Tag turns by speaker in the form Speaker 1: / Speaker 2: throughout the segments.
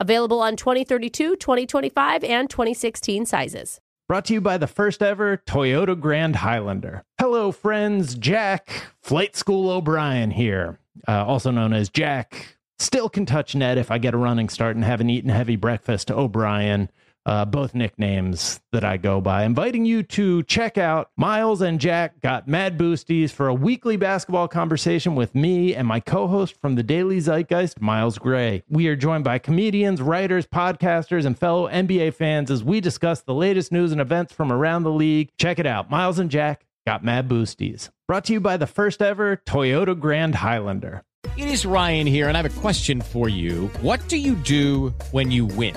Speaker 1: Available on 2032, 2025, and 2016 sizes.
Speaker 2: Brought to you by the first ever Toyota Grand Highlander. Hello, friends. Jack, Flight School O'Brien here, uh, also known as Jack. Still can touch net if I get a running start and haven't eaten heavy breakfast. O'Brien, uh, both nicknames that I go by. Inviting you to check out Miles and Jack got Mad Boosties for a weekly basketball conversation with me and my co host from the Daily Zeitgeist, Miles Gray. We are joined by comedians, writers, podcasters, and fellow NBA fans as we discuss the latest news and events from around the league. Check it out. Miles and Jack got Mad Boosties. Brought to you by the first ever Toyota Grand Highlander.
Speaker 3: It is Ryan here, and I have a question for you. What do you do when you win?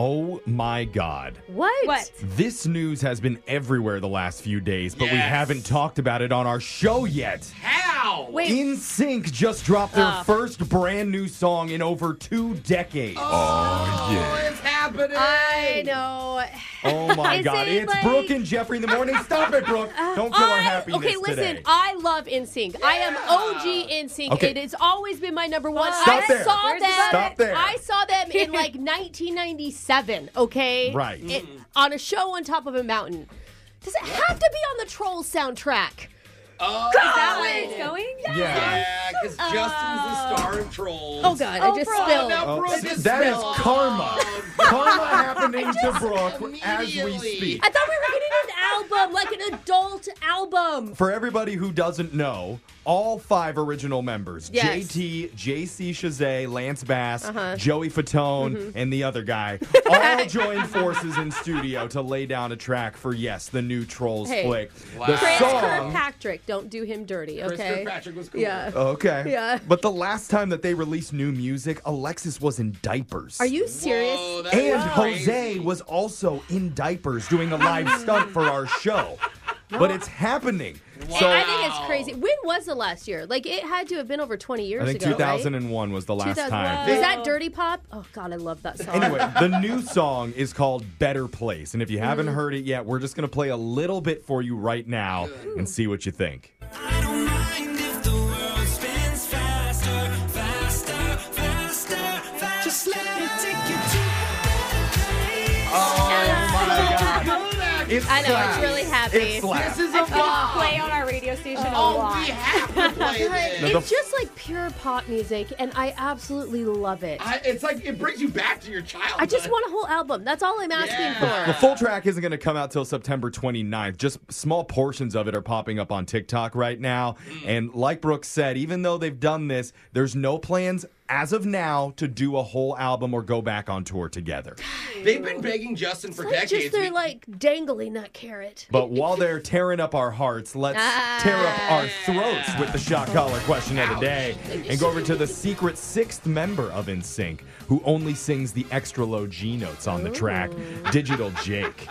Speaker 4: Oh my God.
Speaker 1: What?
Speaker 5: What?
Speaker 4: This news has been everywhere the last few days, but we
Speaker 6: Yes.
Speaker 4: haven't talked about it on our show yet.
Speaker 6: How?
Speaker 1: Wait.
Speaker 4: In Sync just dropped their first brand new song in over two decades.
Speaker 6: Oh, it's happening.
Speaker 5: I know.
Speaker 4: Oh my
Speaker 5: Is
Speaker 4: God.
Speaker 5: it
Speaker 4: It's
Speaker 5: like-
Speaker 4: Brooke and Jeffrey in the morning. Stop it, Brooke. Don't kill our
Speaker 1: I,
Speaker 4: happiness
Speaker 1: okay, listen.
Speaker 4: today.
Speaker 1: I love NSYNC. I am OG NSYNC.
Speaker 4: Okay.
Speaker 1: It has always been my number one.
Speaker 4: Stop
Speaker 1: I
Speaker 4: there.
Speaker 1: saw
Speaker 5: Where's the
Speaker 1: them.
Speaker 4: Stop there.
Speaker 1: I saw them in like 1997. Okay,
Speaker 4: Right.
Speaker 1: It- on a show on top of a mountain. Does it have to be on the Trolls soundtrack?
Speaker 6: Oh,
Speaker 1: Is that
Speaker 5: Where
Speaker 1: where
Speaker 5: it's going?
Speaker 4: yeah.
Speaker 6: yeah, because Justin's the star of Trolls.
Speaker 1: Oh God, I just
Speaker 5: Overall.
Speaker 1: spilled.
Speaker 6: now
Speaker 4: Oh,
Speaker 6: Brooke
Speaker 4: see,
Speaker 6: is
Speaker 4: that is
Speaker 6: spilled.
Speaker 4: karma. karma happening to Brooke as we
Speaker 6: immediately.
Speaker 4: speak.
Speaker 1: I thought we were getting an album, like an adult album.
Speaker 4: For everybody who doesn't know, all five original members
Speaker 1: Yes. Uh-huh.
Speaker 4: JT, JC Shazay, Lance Bass, Joey Fatone,
Speaker 1: Mm-hmm.
Speaker 4: and the other guy all joined forces in studio to lay down a track for, yes, the new Trolls
Speaker 1: Hey.
Speaker 4: flick.
Speaker 6: Wow.
Speaker 4: The
Speaker 1: Chris
Speaker 4: song.
Speaker 1: Kirkpatrick, don't do him dirty,
Speaker 6: Chris
Speaker 1: okay?
Speaker 6: Kirkpatrick was cool.
Speaker 1: Yeah.
Speaker 4: Okay.
Speaker 1: Yeah.
Speaker 4: But the last time that they released new music, Alexis was in diapers.
Speaker 1: Are you serious?
Speaker 6: Whoa, that
Speaker 4: And
Speaker 6: is
Speaker 4: Jose
Speaker 6: crazy.
Speaker 4: was also in diapers doing a live stunt for our show. But it's happening. So
Speaker 1: I think it's crazy. When was the last year? Like it had to have been over 20 years
Speaker 4: I think
Speaker 1: ago.
Speaker 4: 2001 was the
Speaker 1: right?
Speaker 4: last
Speaker 1: 2001.
Speaker 4: time.
Speaker 1: Was that Dirty Pop? Oh God, I love that song.
Speaker 4: Anyway, the new song is called Better Place. And if you
Speaker 1: Mm.
Speaker 4: haven't heard it yet, we're just going to play a little bit for you right now and see what you think.
Speaker 7: I don't mind if the world spins faster, faster, faster, faster. Just let me take you to a better place.
Speaker 6: Oh
Speaker 4: It's
Speaker 1: I know it's really happy.
Speaker 4: It slaps.
Speaker 6: This is a
Speaker 5: It's
Speaker 6: bomb.
Speaker 5: play on our radio station a
Speaker 6: Oh,
Speaker 5: lot.
Speaker 6: we have to play this.
Speaker 4: No, the-
Speaker 1: it's just like pure pop music, and I absolutely love it. I,
Speaker 6: I, it's like it brings you back to your childhood.
Speaker 1: just want a whole album. That's all I'm asking
Speaker 6: Yeah.
Speaker 4: The
Speaker 1: for.
Speaker 4: full track isn't going to come out till September 29th. Just small portions of it are popping up on TikTok right now.
Speaker 1: Mm.
Speaker 4: And like Brooke said, even though they've done this, there's no plans as of now to do a whole album or go back on tour together.
Speaker 6: They've been begging Justin for
Speaker 1: Like,
Speaker 6: decades.
Speaker 1: just they're
Speaker 6: We-
Speaker 1: like dangling that carrot.
Speaker 4: But while they're tearing up our hearts, let's
Speaker 6: Ah.
Speaker 4: tear up our throats with the shock collar question of the day and go over to the secret sixth member of NSYNC who only sings the extra low G notes on the track, Digital Jake.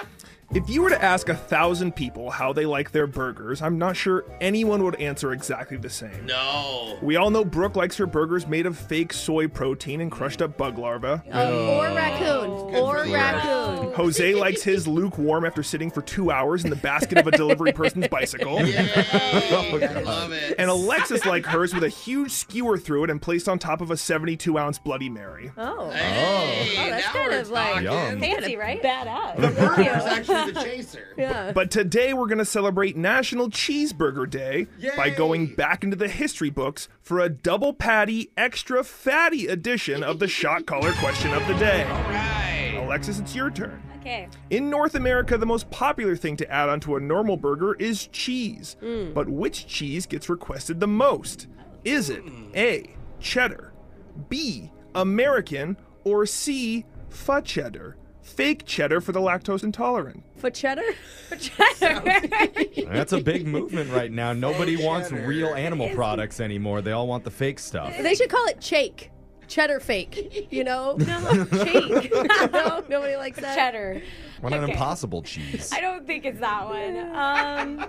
Speaker 8: If you were to ask a thousand people how they like their burgers, I'm not sure anyone would answer exactly the same.
Speaker 6: No.
Speaker 8: We all know Brooke likes her burgers made of fake soy protein and crushed up bug larvae.
Speaker 1: Or raccoon. Or raccoon.
Speaker 8: Jose likes his lukewarm after sitting for two hours in the basket of a delivery person's bicycle.
Speaker 4: Oh,
Speaker 6: I love it.
Speaker 8: And Alexis like hers with a huge skewer through it and placed on top of a 72 ounce Bloody Mary.
Speaker 5: Oh.
Speaker 6: Hey,
Speaker 5: Oh, that's
Speaker 6: now
Speaker 5: kind
Speaker 6: we're
Speaker 5: of like
Speaker 6: talking.
Speaker 5: fancy, right? Badass.
Speaker 6: The burger's actually the chaser.
Speaker 5: yeah.
Speaker 8: But today we're going to celebrate National Cheeseburger Day by
Speaker 6: Yay!
Speaker 8: going back into the history books for a double patty, extra fatty edition of the shot caller question of the day. Alexis, it's your turn.
Speaker 5: Okay.
Speaker 8: In North America, the most popular thing to add onto a normal burger is cheese. But which cheese gets requested the most? Is it A, cheddar, B, American, or C, fa cheddar? Fake cheddar for the lactose intolerant.
Speaker 5: For cheddar? For cheddar.
Speaker 4: That's a big movement right now. Nobody wants real animal products anymore. They all want the fake stuff.
Speaker 1: They should call it shake. Cheddar fake. You know? No. Shake. no, nobody likes that.
Speaker 5: cheddar.
Speaker 4: Want an impossible cheese?
Speaker 9: I don't think it's that one. Um,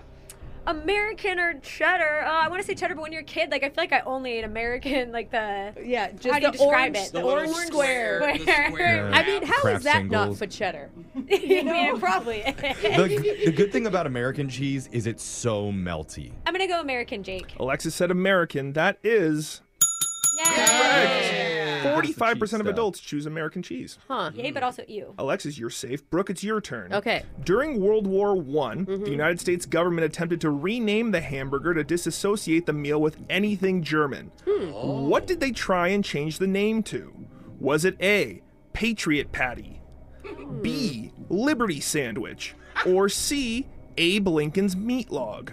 Speaker 9: American or cheddar? Uh, I want to say cheddar, but when you're a kid, like I feel like I only ate American, like the
Speaker 5: Yeah, just
Speaker 9: how do you
Speaker 5: the
Speaker 9: describe
Speaker 5: orange-
Speaker 9: it?
Speaker 6: The
Speaker 9: The
Speaker 6: little
Speaker 9: orange
Speaker 6: square.
Speaker 9: square.
Speaker 6: The square.
Speaker 1: I mean, how
Speaker 4: Kraft
Speaker 1: is that not
Speaker 4: singles.
Speaker 1: for cheddar?
Speaker 9: I mean, it probably. is.
Speaker 4: The, the good thing about American cheese is it's so melty.
Speaker 9: I'm gonna go American, Jake.
Speaker 8: Alexis said American. That is
Speaker 9: Yay!
Speaker 8: 45% of
Speaker 4: stuff.
Speaker 8: adults choose American cheese.
Speaker 1: Huh.
Speaker 9: Yay, but also you.
Speaker 10: Oh.
Speaker 8: Alexis, you're safe. Brooke, it's your turn.
Speaker 1: Okay. Mm-hmm.
Speaker 8: During World War One, the United States government attempted to rename the hamburger to disassociate the meal with anything German.
Speaker 1: Hmm.
Speaker 8: What did they try and change the name to? Was it A, Patriot Patty,
Speaker 1: Hmm.
Speaker 8: B, Liberty Sandwich, or C, Abe Lincoln's Meat Log?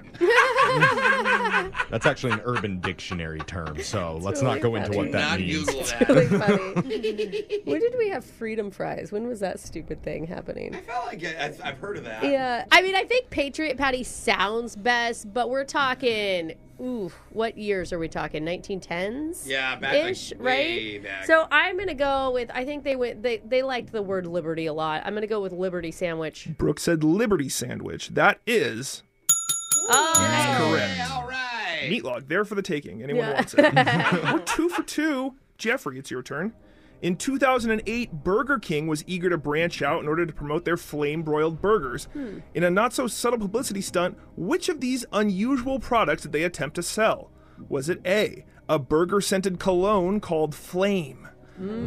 Speaker 4: That's actually an urban dictionary term, so let's not go into what that
Speaker 6: Not
Speaker 4: means.
Speaker 6: Google that.
Speaker 1: Really funny. when did we have freedom fries? When was that stupid thing happening?
Speaker 6: I felt like I, I've, I've heard of that.
Speaker 1: Yeah. I mean, I think Patriot Patty sounds best, but we're talking, ooh, what years are we talking? 1910s?
Speaker 6: Yeah, back, like,
Speaker 1: Ish,
Speaker 6: way
Speaker 1: right?
Speaker 6: back.
Speaker 1: So I'm going to go with, I think they went, they, they liked the word liberty a lot. I'm going to go with liberty sandwich.
Speaker 8: Brooke said Liberty Sandwich. That is
Speaker 1: Oh,
Speaker 8: correct.
Speaker 6: All right.
Speaker 8: Meat log, there for the taking. Anyone
Speaker 1: Yeah.
Speaker 8: wants it. We're two for two. Jeffrey, it's your turn. In 2008, Burger King was eager to branch out in order to promote their flame broiled burgers. In a not so subtle publicity stunt, which of these unusual products did they attempt to sell? Was it A, a burger scented cologne called Flame?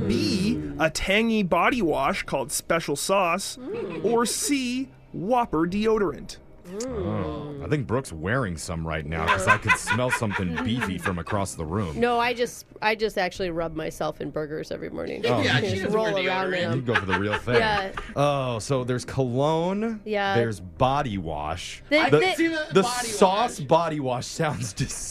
Speaker 8: B, a tangy body wash called Special Sauce? Or C, Whopper deodorant?
Speaker 4: I think Brooke's wearing some right now because I could smell something beefy from across the room.
Speaker 1: no, I just, I just actually rub myself in burgers every morning.
Speaker 6: Yeah, she
Speaker 1: Just
Speaker 6: doesn't
Speaker 1: roll
Speaker 6: wear
Speaker 1: around in
Speaker 6: deodorant.
Speaker 4: You
Speaker 1: them.
Speaker 4: go for the real thing.
Speaker 1: Yeah.
Speaker 4: Oh, so there's cologne.
Speaker 1: Yeah.
Speaker 4: There's body wash.
Speaker 1: The-
Speaker 6: I've
Speaker 1: the-
Speaker 6: seen that
Speaker 4: The
Speaker 6: body
Speaker 4: sauce
Speaker 6: wash.
Speaker 4: body wash sounds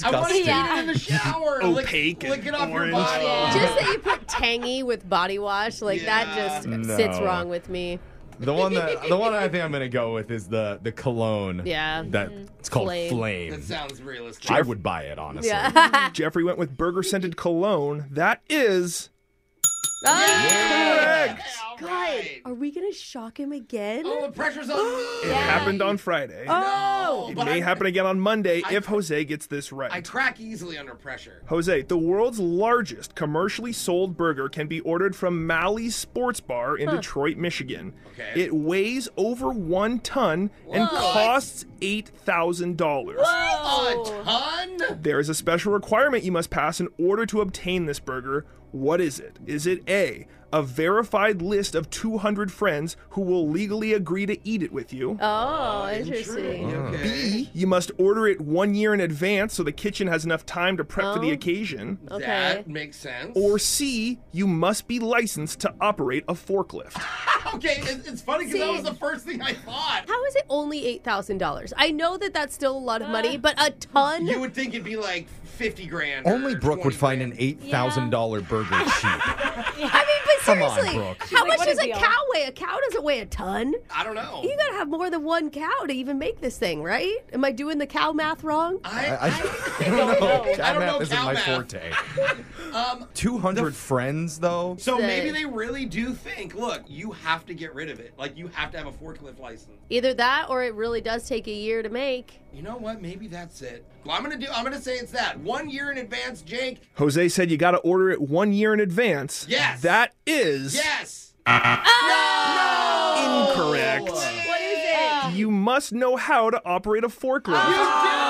Speaker 6: I want to
Speaker 4: disgusting.
Speaker 6: eat it in the shower. and lick-
Speaker 8: Opaque and
Speaker 6: Lick, it off
Speaker 8: orange.
Speaker 6: your body.
Speaker 1: Just that you put tangy with body wash, like that
Speaker 6: Yeah.
Speaker 1: just
Speaker 4: No.
Speaker 1: sits wrong with me.
Speaker 4: The one that the one I think I'm gonna go with is the the cologne.
Speaker 1: Yeah. Mm-hmm.
Speaker 4: That it's called
Speaker 1: Flame.
Speaker 4: flame.
Speaker 6: That sounds realistic.
Speaker 4: I would buy it honestly.
Speaker 1: Yeah.
Speaker 8: Jeffrey went with burger scented cologne. That is.
Speaker 6: All
Speaker 1: God,
Speaker 6: right.
Speaker 1: are we gonna shock him again?
Speaker 9: Oh,
Speaker 6: All the pressure's on me.
Speaker 8: It happened on Friday.
Speaker 6: No,
Speaker 8: it
Speaker 6: but
Speaker 8: may
Speaker 6: I-
Speaker 8: happen again on Monday if Jose gets this right.
Speaker 6: I crack easily under pressure.
Speaker 8: Jose, the world's largest commercially sold burger can be ordered from Malley's Sports Bar in Detroit, Michigan.
Speaker 6: Okay.
Speaker 8: It weighs over one ton and costs $8,000.
Speaker 1: Oh.
Speaker 6: A ton?
Speaker 8: There is a special requirement you must pass in order to obtain this burger. What is it? Is it A, a verified list of 200 friends who will legally agree to eat it with you?
Speaker 1: Oh,
Speaker 4: Mm.
Speaker 1: interesting.
Speaker 6: Okay.
Speaker 8: B, you must order it one year in advance so the kitchen has enough time to prep for the occasion.
Speaker 1: Oh. Okay.
Speaker 6: That makes sense.
Speaker 8: Or C, you must be licensed to operate a forklift.
Speaker 6: okay, it, it's funny because that was the first thing I thought.
Speaker 1: How is it only eight thousand dollars? I know that that's still a lot of
Speaker 9: Uh,
Speaker 1: money, but a ton.
Speaker 6: You would think it'd be like 50 grand. or
Speaker 4: Only Brooke would
Speaker 6: 20
Speaker 4: find
Speaker 6: grand.
Speaker 4: an eight thousand dollar burger cheap.
Speaker 1: I mean, but
Speaker 4: Come on,
Speaker 1: seriously,
Speaker 4: Brooke.
Speaker 1: how
Speaker 9: like,
Speaker 1: much
Speaker 9: what a
Speaker 1: does a
Speaker 9: deal.
Speaker 1: cow weigh? A cow doesn't weigh a ton.
Speaker 6: I don't know.
Speaker 1: You gotta have more than one cow to even make this thing, right? Am I doing the cow math wrong?
Speaker 6: I,
Speaker 4: I, I don't know. Cat
Speaker 6: I don't
Speaker 4: math
Speaker 6: know
Speaker 4: isn't
Speaker 6: cow
Speaker 4: my
Speaker 6: math.
Speaker 4: forte.
Speaker 6: Um,
Speaker 4: 200 friends, though?
Speaker 6: so maybe they really do think, look, you have to get rid of it. Like you have to have a forklift license.
Speaker 1: Either that or it really does take a year to make.
Speaker 6: You know what? Maybe that's it. Well, I'm gonna do. I'm gonna say it's that one year in advance, Jake.
Speaker 8: Jose said you got to order it one year in advance.
Speaker 6: Yes.
Speaker 8: That is
Speaker 6: Yes.
Speaker 8: incorrect.
Speaker 9: What is
Speaker 1: Uh,
Speaker 9: it?
Speaker 8: You must know how to operate a forklift.
Speaker 6: Oh,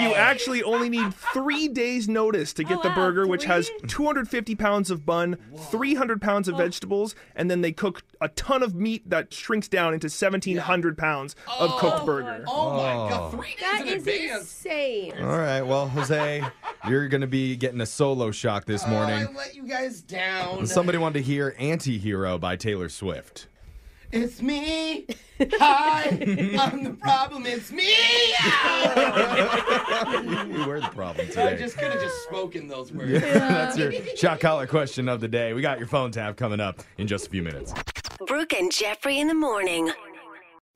Speaker 8: You actually only need three days' notice to get the burger, which has 250 pounds of bun, 300 pounds of vegetables, and then they cook a ton of meat that shrinks down into 1,700 pounds of cooked burger.
Speaker 6: Oh my god! Three days
Speaker 1: That
Speaker 6: in
Speaker 1: is
Speaker 6: advance.
Speaker 1: insane.
Speaker 4: All right. Well, Jose, you're going to be getting a solo shock this
Speaker 6: Oh, I
Speaker 4: morning.
Speaker 6: let you guys down.
Speaker 4: Somebody wanted to hear Anti Hero by Taylor Swift.
Speaker 6: It's me. Hi. I'm the problem. It's me.
Speaker 4: You were the problem
Speaker 6: I
Speaker 4: today.
Speaker 6: just uh, could have just spoken those words.
Speaker 4: That's your shot collar question of the day. We got your phone tab coming up in just a few minutes.
Speaker 11: Brooke and Jeffrey in the morning.